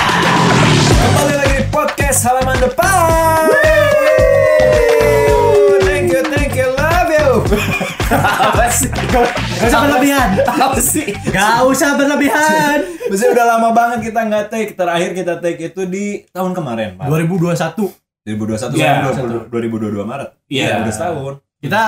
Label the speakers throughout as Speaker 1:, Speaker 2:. Speaker 1: Kembali lagi di podcast halaman depan. Thank you, thank you, love you. Apa sih?
Speaker 2: Gak usah berlebihan.
Speaker 1: Apa sih?
Speaker 2: Gak usah berlebihan.
Speaker 1: Maksudnya udah lama banget kita nggak take. Terakhir kita take itu di tahun kemarin, Pak.
Speaker 2: 2021.
Speaker 1: 2021
Speaker 3: Iya.
Speaker 1: sekarang 2022 Maret.
Speaker 3: Iya.
Speaker 1: udah setahun.
Speaker 2: Kita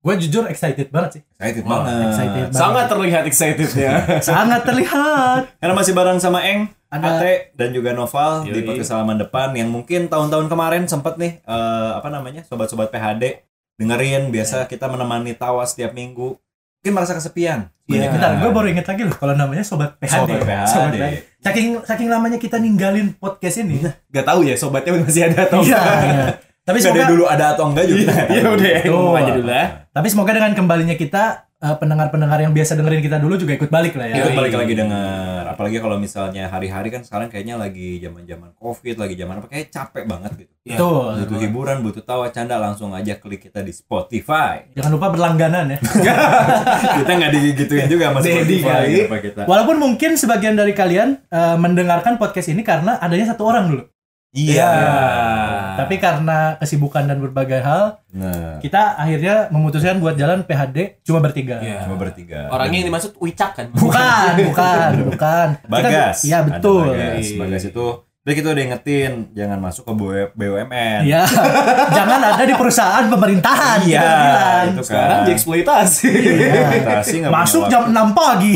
Speaker 2: gue jujur excited banget sih. Eh,
Speaker 1: Excited
Speaker 3: Wah,
Speaker 1: banget.
Speaker 2: excited banget.
Speaker 3: sangat terlihat ya. excitednya.
Speaker 2: Sangat terlihat.
Speaker 1: Karena masih bareng sama Eng,
Speaker 2: Ada-
Speaker 1: Ate, dan juga Noval di
Speaker 3: Yoi.
Speaker 1: podcast halaman depan yang mungkin tahun-tahun kemarin sempet nih eh, apa namanya sobat-sobat PHD dengerin
Speaker 2: Iya.
Speaker 1: biasa kita menemani tawa setiap minggu mungkin merasa kesepian.
Speaker 2: Iya. Bentar, gue baru inget lagi loh kalau namanya sobat PHD.
Speaker 1: Sobat PHD.
Speaker 2: Saking saking lamanya kita ninggalin podcast ini.
Speaker 3: Gak tahu ya sobatnya masih ada atau
Speaker 2: Iya.
Speaker 3: enggak.
Speaker 2: iya. Tapi
Speaker 1: Tapi
Speaker 2: semoga Iya,
Speaker 1: dulu Iya. ada atau enggak juga.
Speaker 3: Ya udah, ya,
Speaker 2: Betul.
Speaker 3: ngomong aja dulu ya.
Speaker 2: tapi semoga dengan kembalinya kita eh, pendengar-pendengar yang biasa dengerin kita dulu juga ikut balik lah ya.
Speaker 1: Kita
Speaker 3: Yoi.
Speaker 1: balik lagi denger apalagi kalau misalnya hari-hari kan sekarang kayaknya lagi zaman-zaman Covid, lagi zaman apa kayak capek banget gitu.
Speaker 2: Betul.
Speaker 1: Butuh hiburan, butuh tawa canda langsung aja klik kita di Spotify.
Speaker 2: Jangan lupa berlangganan ya.
Speaker 1: kita nggak digituin juga sama
Speaker 3: Deddy
Speaker 1: Spotify
Speaker 3: kali.
Speaker 1: apa kita.
Speaker 2: Walaupun mungkin sebagian dari kalian eh, mendengarkan podcast ini karena adanya satu orang dulu.
Speaker 1: Iya. Ah.
Speaker 2: Tapi karena kesibukan dan berbagai hal,
Speaker 1: Nah,
Speaker 2: kita akhirnya memutuskan buat jalan PHD cuma bertiga.
Speaker 3: Iya.
Speaker 1: cuma bertiga.
Speaker 3: Orangnya yang dimaksud Wicak kan?
Speaker 2: Bukan, bukan, bukan. Kita-
Speaker 1: Bagas. Ada
Speaker 2: Iya, betul.
Speaker 1: Bagas. Bagas itu tapi kita udah ingetin jangan masuk ke BW- BUMN.
Speaker 2: Iya. Jangan ada di perusahaan pemerintahan. kita
Speaker 1: Iya,
Speaker 2: bilang.
Speaker 1: itu
Speaker 3: Sekarang
Speaker 1: kan.
Speaker 3: dieksploitasi.
Speaker 1: Iya. sih nggak
Speaker 2: Masuk
Speaker 1: punya Iya.
Speaker 2: jam 6 pagi.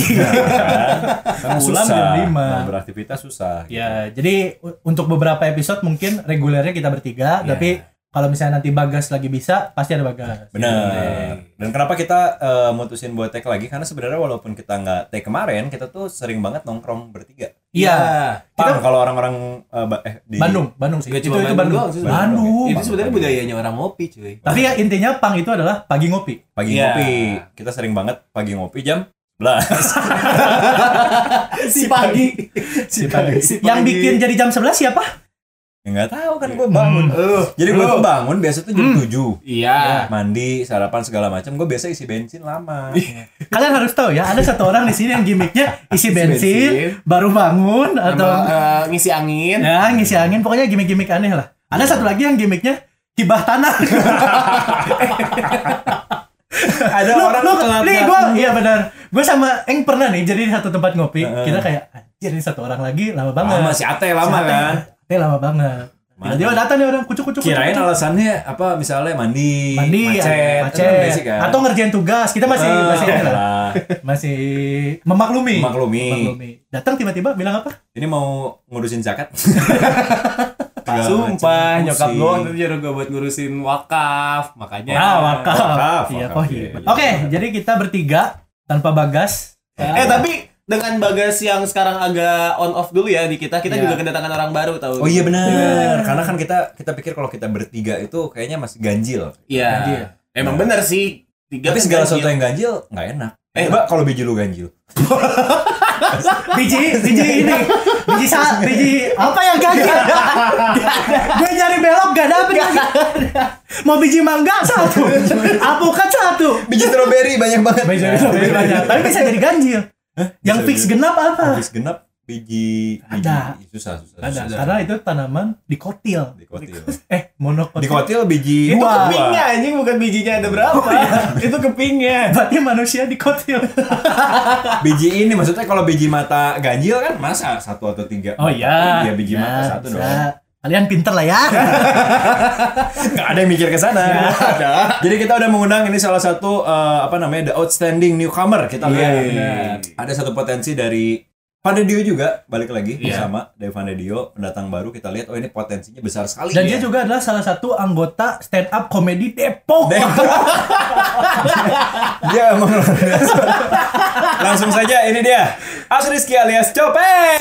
Speaker 1: waktu, kan.
Speaker 2: pulang jam
Speaker 1: susah.
Speaker 2: lima.
Speaker 1: Mau beraktivitas susah. gitu.
Speaker 2: ya, jadi u- untuk beberapa episode mungkin regulernya kita bertiga, tapi kalau misalnya nanti Bagas lagi bisa, pasti ada Bagas.
Speaker 1: Benar. Dan kenapa kita eh, mutusin buat take lagi? Karena sebenarnya walaupun kita nggak take kemarin, kita tuh sering banget nongkrong bertiga.
Speaker 2: Iya.
Speaker 1: Paham kalau orang-orang eh, ba- eh, di
Speaker 2: Bandung, Bandung sih.
Speaker 3: Gak
Speaker 2: itu
Speaker 3: cuma
Speaker 2: itu Bandung.
Speaker 3: Bandung doang sih
Speaker 2: Bandung.
Speaker 3: sebenarnya. Itu
Speaker 2: Bandung.
Speaker 3: sebenarnya budayanya orang ngopi cuy.
Speaker 2: Tapi ya intinya Pang itu adalah pagi ngopi.
Speaker 1: pagi
Speaker 3: Iya.
Speaker 1: ngopi. Kita sering banget pagi ngopi jam 11.
Speaker 3: Si pagi.
Speaker 1: Si pagi.
Speaker 2: Yang bikin jadi jam 11 siapa?
Speaker 1: Enggak tahu kan gue bangun. Jadi gue tuh bangun biasa tuh jam 7.
Speaker 3: Iya.
Speaker 1: Mandi, sarapan segala macam. Gue biasa isi bensin lama.
Speaker 3: Iya.
Speaker 2: Kalian harus tahu ya, ada satu orang di sini yang gimmicknya isi bensin, baru bangun atau
Speaker 3: Sama, eh, ngisi angin.
Speaker 2: ya ngisi angin, pokoknya gimmick-gimmick aneh lah. Ada satu lagi yang gimmicknya hibah tanah.
Speaker 1: Ada
Speaker 2: lu,
Speaker 1: orang
Speaker 2: lu,
Speaker 1: telat
Speaker 2: nih gue, iya benar. Gue sama Eng pernah nih, jadi di satu tempat ngopi, kita kayak anjir ini satu orang lagi lama banget.
Speaker 1: lama si Ate lama kan.
Speaker 2: Siapa yang- Eh lama banget. Dia datang nih orang kucuk-kucuk.
Speaker 1: Kirain alasannya apa misalnya mandi,
Speaker 2: mandi
Speaker 1: macet,
Speaker 2: iya. macet,
Speaker 1: Kan basic kan.
Speaker 2: atau ngerjain tugas kita masih
Speaker 1: Eh,
Speaker 2: masih ini lah,
Speaker 1: lah.
Speaker 2: masih memaklumi
Speaker 1: Memaklumi.
Speaker 2: datang tiba-tiba bilang apa
Speaker 1: Ini mau ngurusin zakat. Ya, Segala
Speaker 3: Sumpah,
Speaker 1: macam.
Speaker 3: nyokap
Speaker 1: Pusing.
Speaker 3: gue waktu itu nyuruh gue buat ngurusin wakaf, makanya.
Speaker 2: ah wakaf
Speaker 1: Ya. wakaf,
Speaker 2: iya
Speaker 1: wakaf,
Speaker 2: kok
Speaker 1: iya,
Speaker 2: hibah.
Speaker 1: iya.
Speaker 2: oke jadi kita bertiga tanpa bagas
Speaker 3: Eh tapi dengan Bagas yang sekarang agak on off dulu ya di kita, kita
Speaker 2: Iya.
Speaker 3: juga kedatangan orang baru tahu.
Speaker 1: Oh iya benar. Karena kan kita kita pikir kalau kita bertiga itu kayaknya masih ganjil.
Speaker 3: Iya.
Speaker 2: Ganjil.
Speaker 3: Emang benar sih. Tiga
Speaker 1: Tapi
Speaker 3: kan
Speaker 1: segala
Speaker 3: ganjil.
Speaker 1: sesuatu yang ganjil nggak enak. Eh, Mbak, kalau biji lu ganjil.
Speaker 2: biji biji ini biji sa biji apa yang gagal gue nyari belok gak dapet lagi mau biji mangga satu apokat satu
Speaker 1: Biji stroberi banyak banget.
Speaker 2: Biji strawberry banyak. tapi bisa jadi ganjil yang
Speaker 1: bisa
Speaker 2: fix
Speaker 1: jadi.
Speaker 2: genap apa
Speaker 1: Habis genap biji biji-
Speaker 2: Ada.
Speaker 1: susah susah.
Speaker 2: Ada.
Speaker 1: susah.
Speaker 2: Karena itu tanaman dikotil.
Speaker 1: Dikotil.
Speaker 2: Eh, monokotil.
Speaker 1: Dikotil biji
Speaker 3: Itu
Speaker 2: Dua.
Speaker 3: kepingnya anjing bukan bijinya ada berapa. itu kepingnya.
Speaker 2: Oh, iya. Berarti manusia dikotil.
Speaker 1: Biji ini maksudnya kalau biji mata ganjil kan masa satu atau tiga.
Speaker 2: Oh iya.
Speaker 1: Iya biji
Speaker 2: Ya,
Speaker 1: mata satu
Speaker 2: bisa.
Speaker 1: doang.
Speaker 2: Kalian pinter lah ya.
Speaker 1: Nggak ada yang mikir ke sana. Jadi kita udah mengundang ini salah satu eh, apa namanya the outstanding newcomer kita
Speaker 3: Iya,
Speaker 1: lihat.
Speaker 3: benar.
Speaker 1: Ada satu potensi dari Pandedio juga balik lagi
Speaker 3: Iya.
Speaker 1: sama dari Pandedio pendatang baru kita lihat oh ini potensinya besar sekali.
Speaker 2: Dan
Speaker 1: ya.
Speaker 2: dia juga adalah salah satu anggota stand up komedi Depok.
Speaker 1: Dia emang luar biasa. Langsung saja ini dia As Rizky alias Copet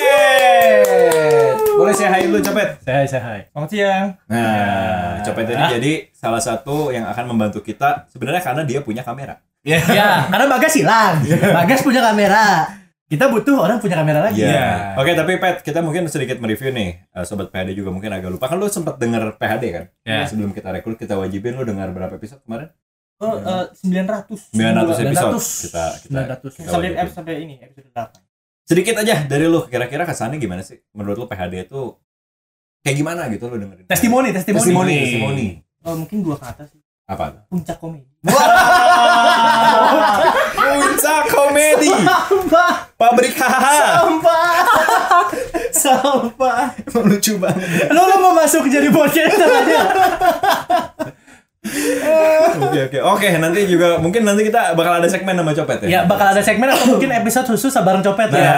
Speaker 1: Boleh saya hai dulu Copet
Speaker 2: Saya saya hai.
Speaker 4: Selamat siang.
Speaker 1: Nah Copet ini jadi salah satu yang akan membantu
Speaker 3: Iya.
Speaker 2: Iya,
Speaker 1: kita Sebenarnya karena dia punya kamera
Speaker 2: Ya, karena Bagas hilang. Bagas punya kamera. Kita butuh orang punya kamera lagi.
Speaker 1: Iya.
Speaker 4: Iya.
Speaker 1: Oke, tapi Pat, kita mungkin sedikit mereview nih. Eh, sobat PHD juga mungkin agak lupa. Kan lu sempat denger PHD kan?
Speaker 4: Iya.
Speaker 1: Sebelum kita rekrut, kita wajibin lu dengar berapa episode kemarin?
Speaker 2: Oh, eh, 900.
Speaker 1: 900 episode.
Speaker 2: 900.
Speaker 1: Kita kita
Speaker 2: 900.
Speaker 1: kita
Speaker 2: Sampai
Speaker 1: wajibin.
Speaker 2: sampai ini episode 8.
Speaker 1: Sedikit aja dari lu kira-kira kesannya gimana sih? Menurut lu PHD itu kayak gimana gitu lu dengerin?
Speaker 2: Testimoni, testimoni.
Speaker 1: testimoni, testimoni.
Speaker 2: Oh, mungkin dua kata sih.
Speaker 1: Apa?
Speaker 2: Puncak komedi.
Speaker 1: Puncak komedi
Speaker 2: Sampah,
Speaker 1: pabrik hahaha.
Speaker 2: sampah, sampah.
Speaker 1: Lucu banget.
Speaker 2: Lo lo mau masuk jadi podcaster
Speaker 3: Iya.
Speaker 2: aja?
Speaker 1: Oke oke oke nanti juga mungkin nanti kita bakal ada segmen sama copet ya.
Speaker 2: Ya bakal ada segmen atau mungkin episode khusus sabarang copet
Speaker 1: Nah,
Speaker 2: ya.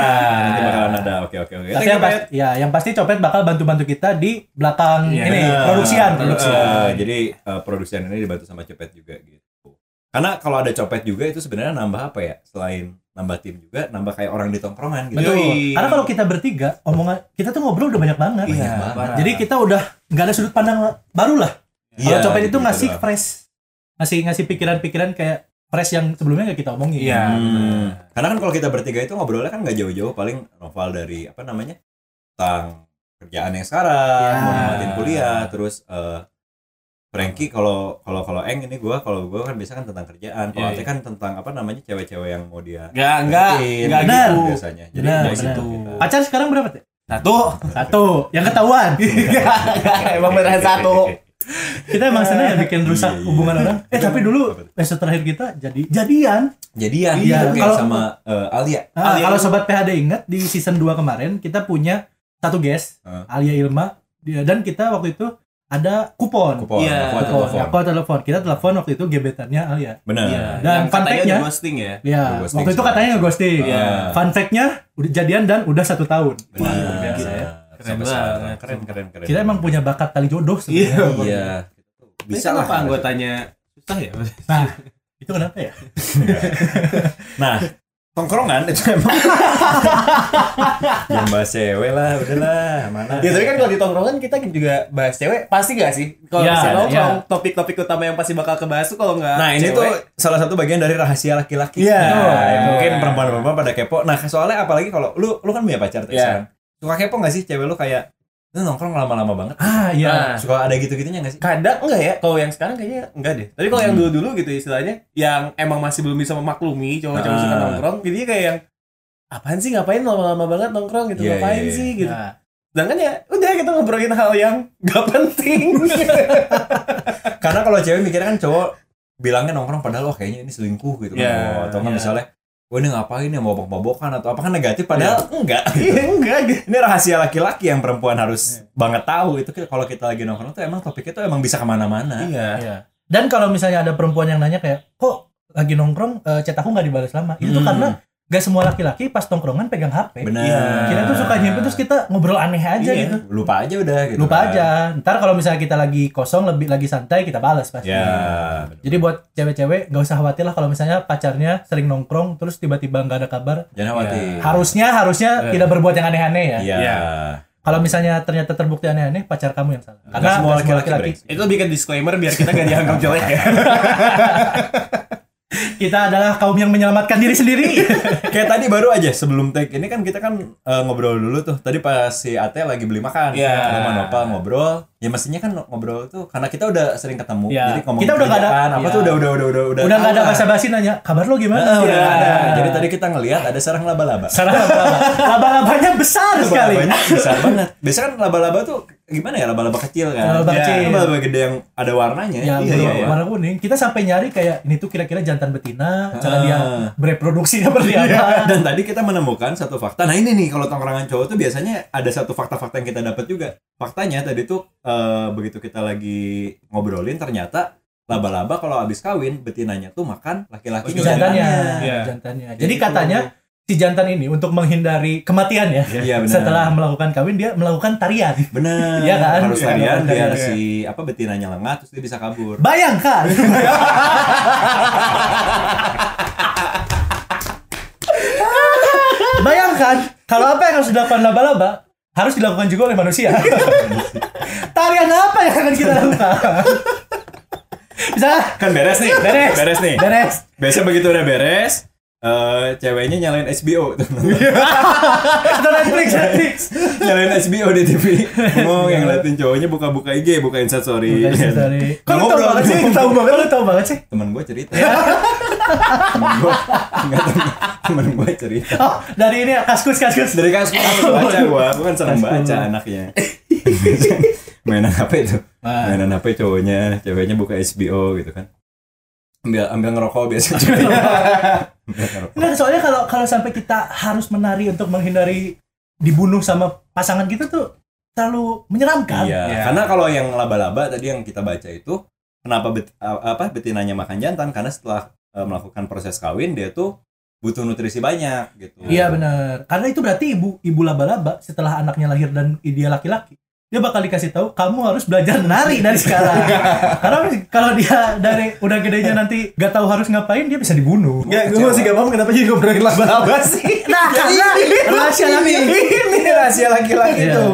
Speaker 1: nanti bakalan ada. Oke oke oke.
Speaker 2: Tapi
Speaker 1: Thank you,
Speaker 2: yang
Speaker 1: Pat.
Speaker 2: pasti, ya yang pasti copet bakal bantu-bantu kita di belakang
Speaker 4: Iya,
Speaker 2: ini
Speaker 1: Bener.
Speaker 2: produksian.
Speaker 1: Eh, jadi eh, produksian ini dibantu sama copet juga gitu. Karena kalau ada copet juga itu sebenarnya nambah apa ya? Selain nambah tim juga, nambah kayak orang di tongkrongan gitu.
Speaker 2: Betul.
Speaker 3: Yoi.
Speaker 2: Karena kalau kita bertiga, omongan kita tuh ngobrol udah banyak banget.
Speaker 1: Banyak
Speaker 2: Iya.
Speaker 1: banget.
Speaker 2: Jadi kita udah nggak ada sudut pandang baru lah. Kalau
Speaker 1: Iya,
Speaker 2: copet itu
Speaker 1: gitu
Speaker 2: ngasih
Speaker 1: doang.
Speaker 2: fresh, ngasih ngasih pikiran-pikiran kayak fresh yang sebelumnya nggak kita omongin.
Speaker 4: Iya.
Speaker 1: Hmm. Karena kan kalau kita bertiga itu ngobrolnya kan nggak jauh-jauh, paling novel dari apa namanya tentang kerjaan yang sekarang,
Speaker 2: Ya.
Speaker 1: mau nikmatin kuliah, terus eh Frankie kalau kalau kalau Eng ini gua kalau gua kan biasa kan tentang kerjaan, kalau
Speaker 4: Iya,
Speaker 1: Ate
Speaker 4: iya.
Speaker 1: kan tentang apa namanya cewek-cewek yang mau dia
Speaker 4: Enggak, enggak,
Speaker 1: deketin,
Speaker 4: enggak
Speaker 2: Benar.
Speaker 4: gitu.
Speaker 1: biasanya. Jadi
Speaker 2: Benar,
Speaker 1: dari
Speaker 2: benar.
Speaker 1: situ kita-
Speaker 2: Pacar sekarang berapa teh?
Speaker 4: Satu.
Speaker 2: Satu. Yang ketahuan.
Speaker 3: Iya.
Speaker 4: Enggak, enggak, emang beneran satu.
Speaker 2: kita emang seneng ya bikin rusak
Speaker 1: Iya, iya.
Speaker 2: hubungan orang. Eh tapi dulu
Speaker 1: Apa tuh?
Speaker 2: episode terakhir kita jadi jadian.
Speaker 1: Jadian
Speaker 2: Iya,
Speaker 1: oke,
Speaker 2: kalau-
Speaker 1: ya, sama eh, Alia.
Speaker 2: Ah,
Speaker 4: Alia
Speaker 2: kalau sobat PHD ingat di season 2 kemarin kita punya satu guest
Speaker 1: Heeh.
Speaker 2: Alia Ilma dia dan kita waktu itu ada kupon.
Speaker 1: Kupon, aku atau
Speaker 3: Iya.
Speaker 2: Kupon.
Speaker 1: telepon.
Speaker 2: Aku Iya. telepon. Kita telepon wakti itu gebetannya Alia.
Speaker 3: Iya.
Speaker 1: Benar.
Speaker 2: Dan
Speaker 3: yang katanya
Speaker 2: kontaknya?
Speaker 3: di ghosting ya.
Speaker 2: Ya,
Speaker 1: Nge-ghosting
Speaker 2: waktu itu
Speaker 1: sih.
Speaker 2: katanya ghosting.
Speaker 1: Iya.
Speaker 2: Fun fact-nya udah jadian dan udah satu tahun.
Speaker 1: Benar.
Speaker 2: Luar biasa ya.
Speaker 4: Keren
Speaker 1: Sampai
Speaker 4: banget.
Speaker 1: sekarang. Keren, keren, keren.
Speaker 2: Kita emang punya bakat tali jodoh sebenarnya.
Speaker 1: Iya.
Speaker 3: Bisa lah apa anggotanya susah ya.
Speaker 2: Nah, itu kenapa ya?
Speaker 1: Nah, tongkrongan itu emang. Jangan bahas cewek lah, udahlah, mana.
Speaker 3: Ya tapi kan kalau di tongkrongan kita juga bahas cewek pasti gak sih? Kalau
Speaker 2: Ya,
Speaker 3: misalnya nongkrong,
Speaker 2: ya.
Speaker 3: topik-topik utama yang pasti bakal kebahas iya. tuh kalau nggak
Speaker 1: Nah ini
Speaker 3: cewek,
Speaker 1: tuh salah satu bagian dari rahasia laki-laki.
Speaker 2: Iya.
Speaker 1: Nah,
Speaker 2: Betul.
Speaker 1: mungkin perempuan-perempuan pada kepo. Nah soalnya apalagi kalau lu lu kan punya pacar tuh
Speaker 3: Iya.
Speaker 1: sekarang. Suka kepo gak sih cewek lu kayak lu nongkrong lama-lama banget?
Speaker 2: Ah, iya.
Speaker 3: Nah.
Speaker 1: Suka ada gitu-gitunya gak sih?
Speaker 3: kadang enggak ya kalau yang sekarang kayaknya enggak deh tapi kalau
Speaker 1: Hmm.
Speaker 3: yang dulu dulu gitu istilahnya yang emang masih belum bisa memaklumi cowok-cowok suka
Speaker 1: Ah.
Speaker 3: nongkrong jadinya kayak yang apaan sih ngapain lama-lama banget nongkrong gitu
Speaker 1: Iya,
Speaker 3: ngapain
Speaker 1: iya, iya.
Speaker 3: sih gitu
Speaker 2: Nah,
Speaker 3: sedangkan ya udah kita ngobrolin hal yang gak penting
Speaker 1: Karena kalau cewek mikirnya kan cowok bilangnya nongkrong padahal wah kayaknya ini selingkuh gitu kan.
Speaker 3: Iya,
Speaker 1: Oh, atau kan
Speaker 2: iya.
Speaker 1: misalnya wah ini ngapain ya mabok-mabokan atau apa kan negatif padahal enggak.
Speaker 3: Iya, enggak gitu
Speaker 1: Ini rahasia laki-laki yang perempuan harus
Speaker 3: Iya.
Speaker 1: banget tahu itu kalau kita lagi nongkrong tuh emang topiknya tuh emang bisa kemana-mana.
Speaker 3: iya
Speaker 2: Iya. Dan kalau misalnya ada perempuan yang nanya kayak, kok lagi nongkrong eh, chat aku nggak dibalas lama? Itu tuh
Speaker 1: Hmm.
Speaker 2: karena gak semua laki-laki pas nongkrongan pegang HP.
Speaker 1: Benar.
Speaker 3: Iya.
Speaker 2: Kita tuh suka nyimpen terus kita ngobrol aneh aja
Speaker 3: Iya.
Speaker 2: gitu.
Speaker 1: lupa aja udah gitu.
Speaker 2: Lupa
Speaker 1: kan.
Speaker 2: aja. Ntar kalau misalnya kita lagi kosong, lebih lagi santai, kita balas pasti.
Speaker 1: Ya.
Speaker 2: Jadi buat cewek-cewek gak usah khawatir lah kalau misalnya pacarnya sering nongkrong terus tiba-tiba nggak ada kabar.
Speaker 1: Jangan khawatir.
Speaker 3: Iya.
Speaker 2: Harusnya harusnya
Speaker 4: Eh.
Speaker 2: tidak berbuat yang aneh-aneh ya.
Speaker 1: Iya.
Speaker 4: Iya.
Speaker 2: Kalau misalnya ternyata terbukti aneh-aneh, pacar kamu yang salah.
Speaker 1: Karena semua
Speaker 2: nggak
Speaker 1: laki-laki brengsek.
Speaker 3: itu lebih ke disclaimer biar kita gak dianggap jelek ya
Speaker 2: kita adalah kaum yang menyelamatkan diri sendiri.
Speaker 1: Kayak tadi baru aja Ya, sebelum take ini kan kita kan eh, ngobrol dulu tuh. Tadi pas si Ate lagi beli makan.
Speaker 3: Iya.
Speaker 1: Sama Nopal ngobrol. Ya mestinya kan ngobrol tuh karena kita udah sering ketemu.
Speaker 2: Iya.
Speaker 1: Jadi ngomongin
Speaker 2: Kita udah nggak ada-
Speaker 1: kerjaan, apa
Speaker 2: Iya.
Speaker 1: tuh udah udah udah udah udah.
Speaker 2: udah nggak ada
Speaker 1: tahu lah.
Speaker 2: basa-basi nanya kabar lo gimana
Speaker 1: Heeh, Ah, udah
Speaker 2: Iya.
Speaker 1: nggak ada. Jadi tadi kita ngelihat ada sarang laba-laba.
Speaker 2: Sarang laba-laba. laba-labanya besar sekali
Speaker 1: Laba-labanya besar banget. Biasanya kan laba-laba tuh gimana ya laba-laba kecil kan.
Speaker 2: Laba-laba
Speaker 1: Iya.
Speaker 2: kecil.
Speaker 1: Laba-laba gede yang ada warnanya. Iya,
Speaker 2: ya bro, warna kuning kita sampai nyari kayak ini tuh kira-kira jantan betina
Speaker 1: Ah.
Speaker 2: cara
Speaker 1: Iya.
Speaker 2: dia bereproduksinya seperti apa
Speaker 1: Dan tadi kita menemukan satu fakta. Nah ini nih kalau tongkrongan cowok tuh biasanya ada satu fakta-fakta yang kita dapat juga. Faktanya tadi tuh eh, begitu kita lagi ngobrolin ternyata laba-laba kalau habis kawin betinanya tuh makan laki-laki
Speaker 2: Oh,
Speaker 4: Laki-laki.
Speaker 2: jantannya
Speaker 4: Iya.
Speaker 2: jantannya
Speaker 1: Jadi
Speaker 2: jadi
Speaker 1: itu-
Speaker 2: katanya si jantan ini untuk menghindari kematian ya
Speaker 1: Iya benar.
Speaker 2: setelah melakukan kawin dia melakukan tarian
Speaker 1: benar.
Speaker 2: Iya kan?
Speaker 1: Harus
Speaker 2: Iya,
Speaker 1: tarian
Speaker 2: melakukan
Speaker 1: biar
Speaker 2: tarian.
Speaker 1: si apa betinanya lengah terus dia bisa kabur.
Speaker 2: bayangkan bayangkan kalau apa yang harus dilakukan laba-laba harus dilakukan juga oleh manusia tarian apa yang akan kita lakukan bisa
Speaker 1: Kan beres nih.
Speaker 2: Beres.
Speaker 1: Beres nih.
Speaker 2: beres
Speaker 1: Biasanya begitu udah beres, eh, ceweknya nyalain HBO
Speaker 2: Atau Netflix, Netflix.
Speaker 1: nyalain HBO di TV
Speaker 4: Iya.
Speaker 1: ngomong yang ngeliatin cowoknya buka-buka IG buka
Speaker 3: Iya.
Speaker 1: instastory
Speaker 2: Kok lu tau banget sih? Tau banget. Kok lu tau banget sih?
Speaker 1: temen gue cerita temen gue nggak temen, temen gue cerita
Speaker 2: Oh, dari ini ya, kaskus, kaskus.
Speaker 1: dari kasus gue baca gue gue kan seneng baca anaknya mainan HP itu mainan HP cowoknya ceweknya buka HBO gitu kan ambil ambil ngerokok biasa ceweknya Ambil ngerokok.
Speaker 2: Enggak, soalnya kalau kalau sampai kita harus menari untuk menghindari dibunuh sama pasangan kita tuh terlalu menyeramkan.
Speaker 1: iya
Speaker 3: Iya.
Speaker 1: karena kalau yang laba-laba tadi yang kita baca itu kenapa bet, apa betinanya makan jantan karena setelah eh, melakukan proses kawin dia tuh butuh nutrisi banyak gitu
Speaker 2: Iya benar. Karena itu berarti ibu ibu laba-laba setelah anaknya lahir dan dia laki-laki, dia bakal dikasih tahu kamu harus belajar nari dari sekarang. Karena kalau dia dari udah gedenya nanti gak tahu harus ngapain dia bisa dibunuh.
Speaker 1: Nggak,
Speaker 3: Iya,
Speaker 1: gua masih
Speaker 4: gak paham kenapa jadi ngobrolin laba-laba sih.
Speaker 2: Nah, karena rahasia laki
Speaker 4: Ini rahasia laki-laki
Speaker 2: Iya.
Speaker 4: tuh.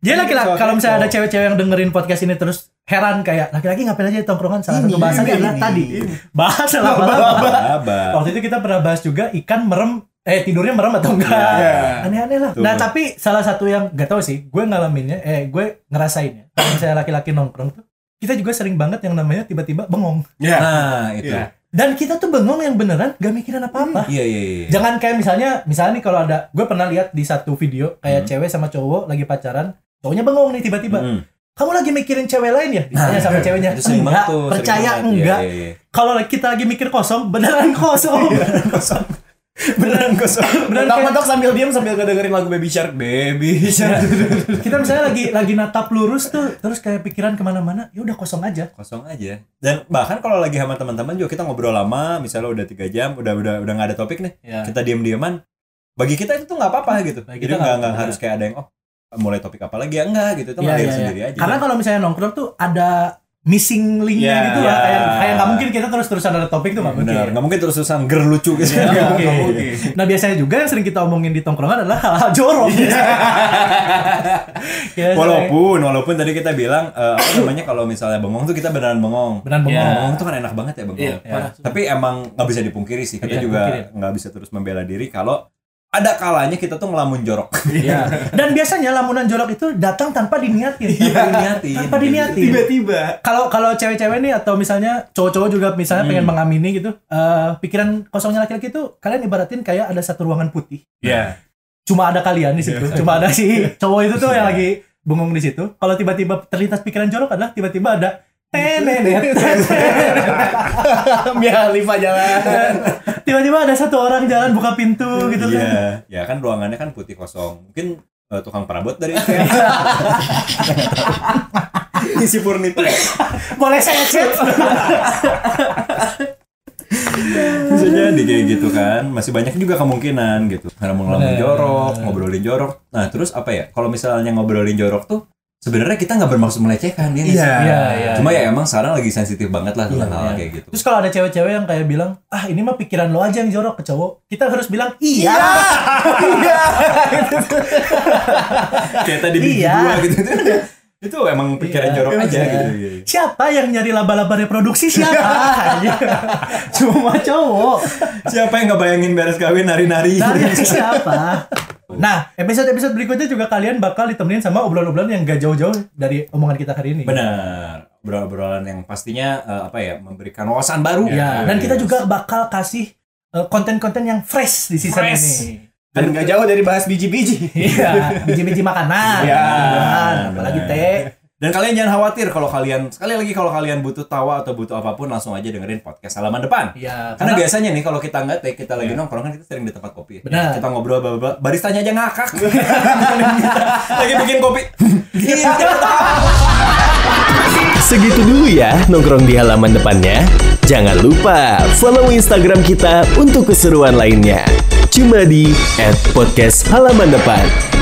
Speaker 2: Dia laki-laki
Speaker 1: Soal
Speaker 2: kalau misalnya ada
Speaker 1: kecoh.
Speaker 2: cewek-cewek yang dengerin podcast ini terus heran kayak laki-laki ngapain aja di tongkrongan salah satu
Speaker 4: Ini,
Speaker 2: bahasannya
Speaker 4: ini,
Speaker 2: adalah
Speaker 4: ini.
Speaker 2: tadi bahas laba-laba.
Speaker 1: laba-laba
Speaker 2: Waktu itu kita pernah bahas juga ikan merem eh tidurnya merem atau enggak.
Speaker 1: Iya.
Speaker 2: Aneh-aneh lah.
Speaker 1: Betul.
Speaker 2: Nah, tapi salah satu yang gak tahu sih, gue ngalaminnya eh gue ngerasainnya. Kalau misalnya laki-laki nongkrong tuh kita juga sering banget yang namanya tiba-tiba bengong.
Speaker 3: Iya.
Speaker 1: nah
Speaker 4: gitu.
Speaker 1: itu
Speaker 3: Iya.
Speaker 2: Dan kita tuh bengong yang beneran gak mikirin apa-apa.
Speaker 1: iya iya iya
Speaker 2: Jangan kayak misalnya, misalnya nih kalau ada, gue pernah lihat di satu video
Speaker 1: Hmm.
Speaker 2: kayak cewek sama cowok lagi pacaran, cowoknya bengong nih tiba-tiba.
Speaker 1: Mm.
Speaker 2: Kamu lagi mikirin cewek lain ya? Ditanya sama
Speaker 1: Nah,
Speaker 2: ceweknya.
Speaker 1: itu sering banget
Speaker 2: Enggak,
Speaker 1: tuh sering
Speaker 2: percaya
Speaker 1: banget. Iya,
Speaker 2: enggak.
Speaker 1: iya, iya.
Speaker 2: Kalau kita lagi mikir kosong, beneran kosong.
Speaker 1: kosong beneran kosong
Speaker 2: beneran kayak-
Speaker 4: Mentok-mentok sambil diem sambil dengerin lagu Baby Shark. Baby Shark.
Speaker 2: kita misalnya lagi lagi natap lurus tuh terus kayak pikiran kemana-mana ya udah kosong aja
Speaker 1: kosong aja dan bahkan kalau lagi sama teman-teman juga kita ngobrol lama misalnya udah tiga jam udah udah udah nggak ada topik nih
Speaker 2: ya
Speaker 1: kita diam-diaman bagi kita itu nggak apa-apa gitu
Speaker 2: Bagi
Speaker 1: jadi
Speaker 2: kita
Speaker 1: nggak
Speaker 2: nggak
Speaker 1: nggak
Speaker 2: apa-apa.
Speaker 1: harus kayak ada yang oh mulai topik apa lagi ya enggak gitu itu
Speaker 2: Iya,
Speaker 1: ngalir
Speaker 2: iya, iya.
Speaker 1: sendiri aja
Speaker 2: karena kalau misalnya nongkrong tuh ada missing linknya
Speaker 3: Iya.
Speaker 2: gitu lah kayak
Speaker 1: Iya.
Speaker 2: kayak nggak mungkin kita terus terusan ada topik tuh nggak mungkin Iya,
Speaker 1: benar nggak mungkin terus terusan ger lucu gitu
Speaker 2: Nggak
Speaker 1: Nggak
Speaker 2: mungkin.
Speaker 1: mungkin.
Speaker 2: nah biasanya juga yang sering kita omongin di tongkrongan adalah hal-hal jorok Ya,
Speaker 1: walaupun walaupun tadi kita bilang eh, apa namanya kalau misalnya bengong tuh kita beneran bengong
Speaker 2: beneran bengong
Speaker 3: Iya.
Speaker 1: bengong tuh kan enak banget ya bengong
Speaker 3: Iya.
Speaker 2: Ya.
Speaker 1: tapi emang nggak bisa dipungkiri sih kita
Speaker 2: Iya,
Speaker 1: juga
Speaker 2: dipungkiri.
Speaker 1: nggak bisa terus membela diri kalau ada kalanya kita tuh ngelamun jorok
Speaker 2: Iya. dan biasanya lamunan jorok itu datang tanpa diniatin
Speaker 1: tanpa diniatin
Speaker 2: Iya.
Speaker 1: gitu.
Speaker 2: tanpa diniatin
Speaker 4: Tiba-tiba.
Speaker 2: kalau kalau cewek-cewek nih atau misalnya cowok-cowok juga misalnya pengen mengamini gitu eh, pikiran kosongnya laki-laki itu kalian ibaratin kayak ada satu ruangan putih
Speaker 3: Iya.
Speaker 2: cuma ada kalian di situ cuma ada si cowok itu tuh yang lagi bengong di situ kalau tiba-tiba terlintas pikiran jorok adalah tiba-tiba ada tenenet, tenenet.
Speaker 4: Biar lima jalan.
Speaker 2: tiba-tiba ada satu orang jalan buka pintu gitu kan
Speaker 1: Iya, ya kan ruangannya kan putih kosong. Mungkin eh, tukang perabot dari IKEA. Isi Purnito.
Speaker 2: boleh saya chat
Speaker 1: Bisa jadi kayak gitu kan. Masih banyak juga kemungkinan gitu. Karena mau ngelamun
Speaker 2: Bener.
Speaker 1: jorok, ngobrolin jorok. Nah, terus apa ya? Kalau misalnya ngobrolin jorok tuh sebenarnya kita nggak bermaksud melecehkan dia.
Speaker 3: Iya.
Speaker 2: iya
Speaker 1: Cuma ya emang sekarang lagi sensitif banget lah tentang hal
Speaker 2: iya.
Speaker 1: kayak gitu.
Speaker 2: Terus kalau ada cewek-cewek yang kayak bilang, ah ini mah pikiran lo aja yang jorok ke cowok, kita harus bilang iya.
Speaker 1: kayak tadi biji
Speaker 2: Iya.
Speaker 1: dua gitu. Itu emang pikiran
Speaker 2: Iya.
Speaker 1: jorok aja
Speaker 2: Iya.
Speaker 1: gitu. Iya.
Speaker 2: Siapa yang nyari laba-laba reproduksi siapa? Iya. Cuma cowok.
Speaker 1: Siapa yang nggak bayangin beres kawin nari-nari?
Speaker 2: Dari siapa? Nah, episode-episode berikutnya juga kalian bakal ditemenin sama obrolan-obrolan yang gak jauh-jauh dari omongan kita hari ini.
Speaker 1: Benar. Obrolan-obrolan yang pastinya eh, apa ya memberikan wawasan baru.
Speaker 2: Ya, dan
Speaker 1: iya.
Speaker 2: kita juga bakal kasih eh, konten-konten yang fresh di season
Speaker 3: Fresh.
Speaker 2: ini.
Speaker 4: Dan gak jauh dari bahas biji-biji.
Speaker 2: Iya, biji-biji makanan.
Speaker 4: Iya,
Speaker 2: Makanan, apalagi
Speaker 1: benar.
Speaker 2: teh.
Speaker 1: Dan kalian jangan khawatir kalau kalian sekali lagi kalau kalian butuh tawa atau butuh apapun langsung aja dengerin podcast halaman depan.
Speaker 2: Iya,
Speaker 1: Karena biasanya nih kalau kita nggak take kita lagi nongkrong kan kita sering di tempat kopi.
Speaker 2: Benar.
Speaker 1: Kita ngobrol baba baristanya aja ngakak. lagi bikin kopi. Gitu.
Speaker 5: Segitu dulu ya nongkrong di halaman depannya. Jangan lupa follow Instagram kita untuk keseruan lainnya. Cuma di @podcast halaman depan.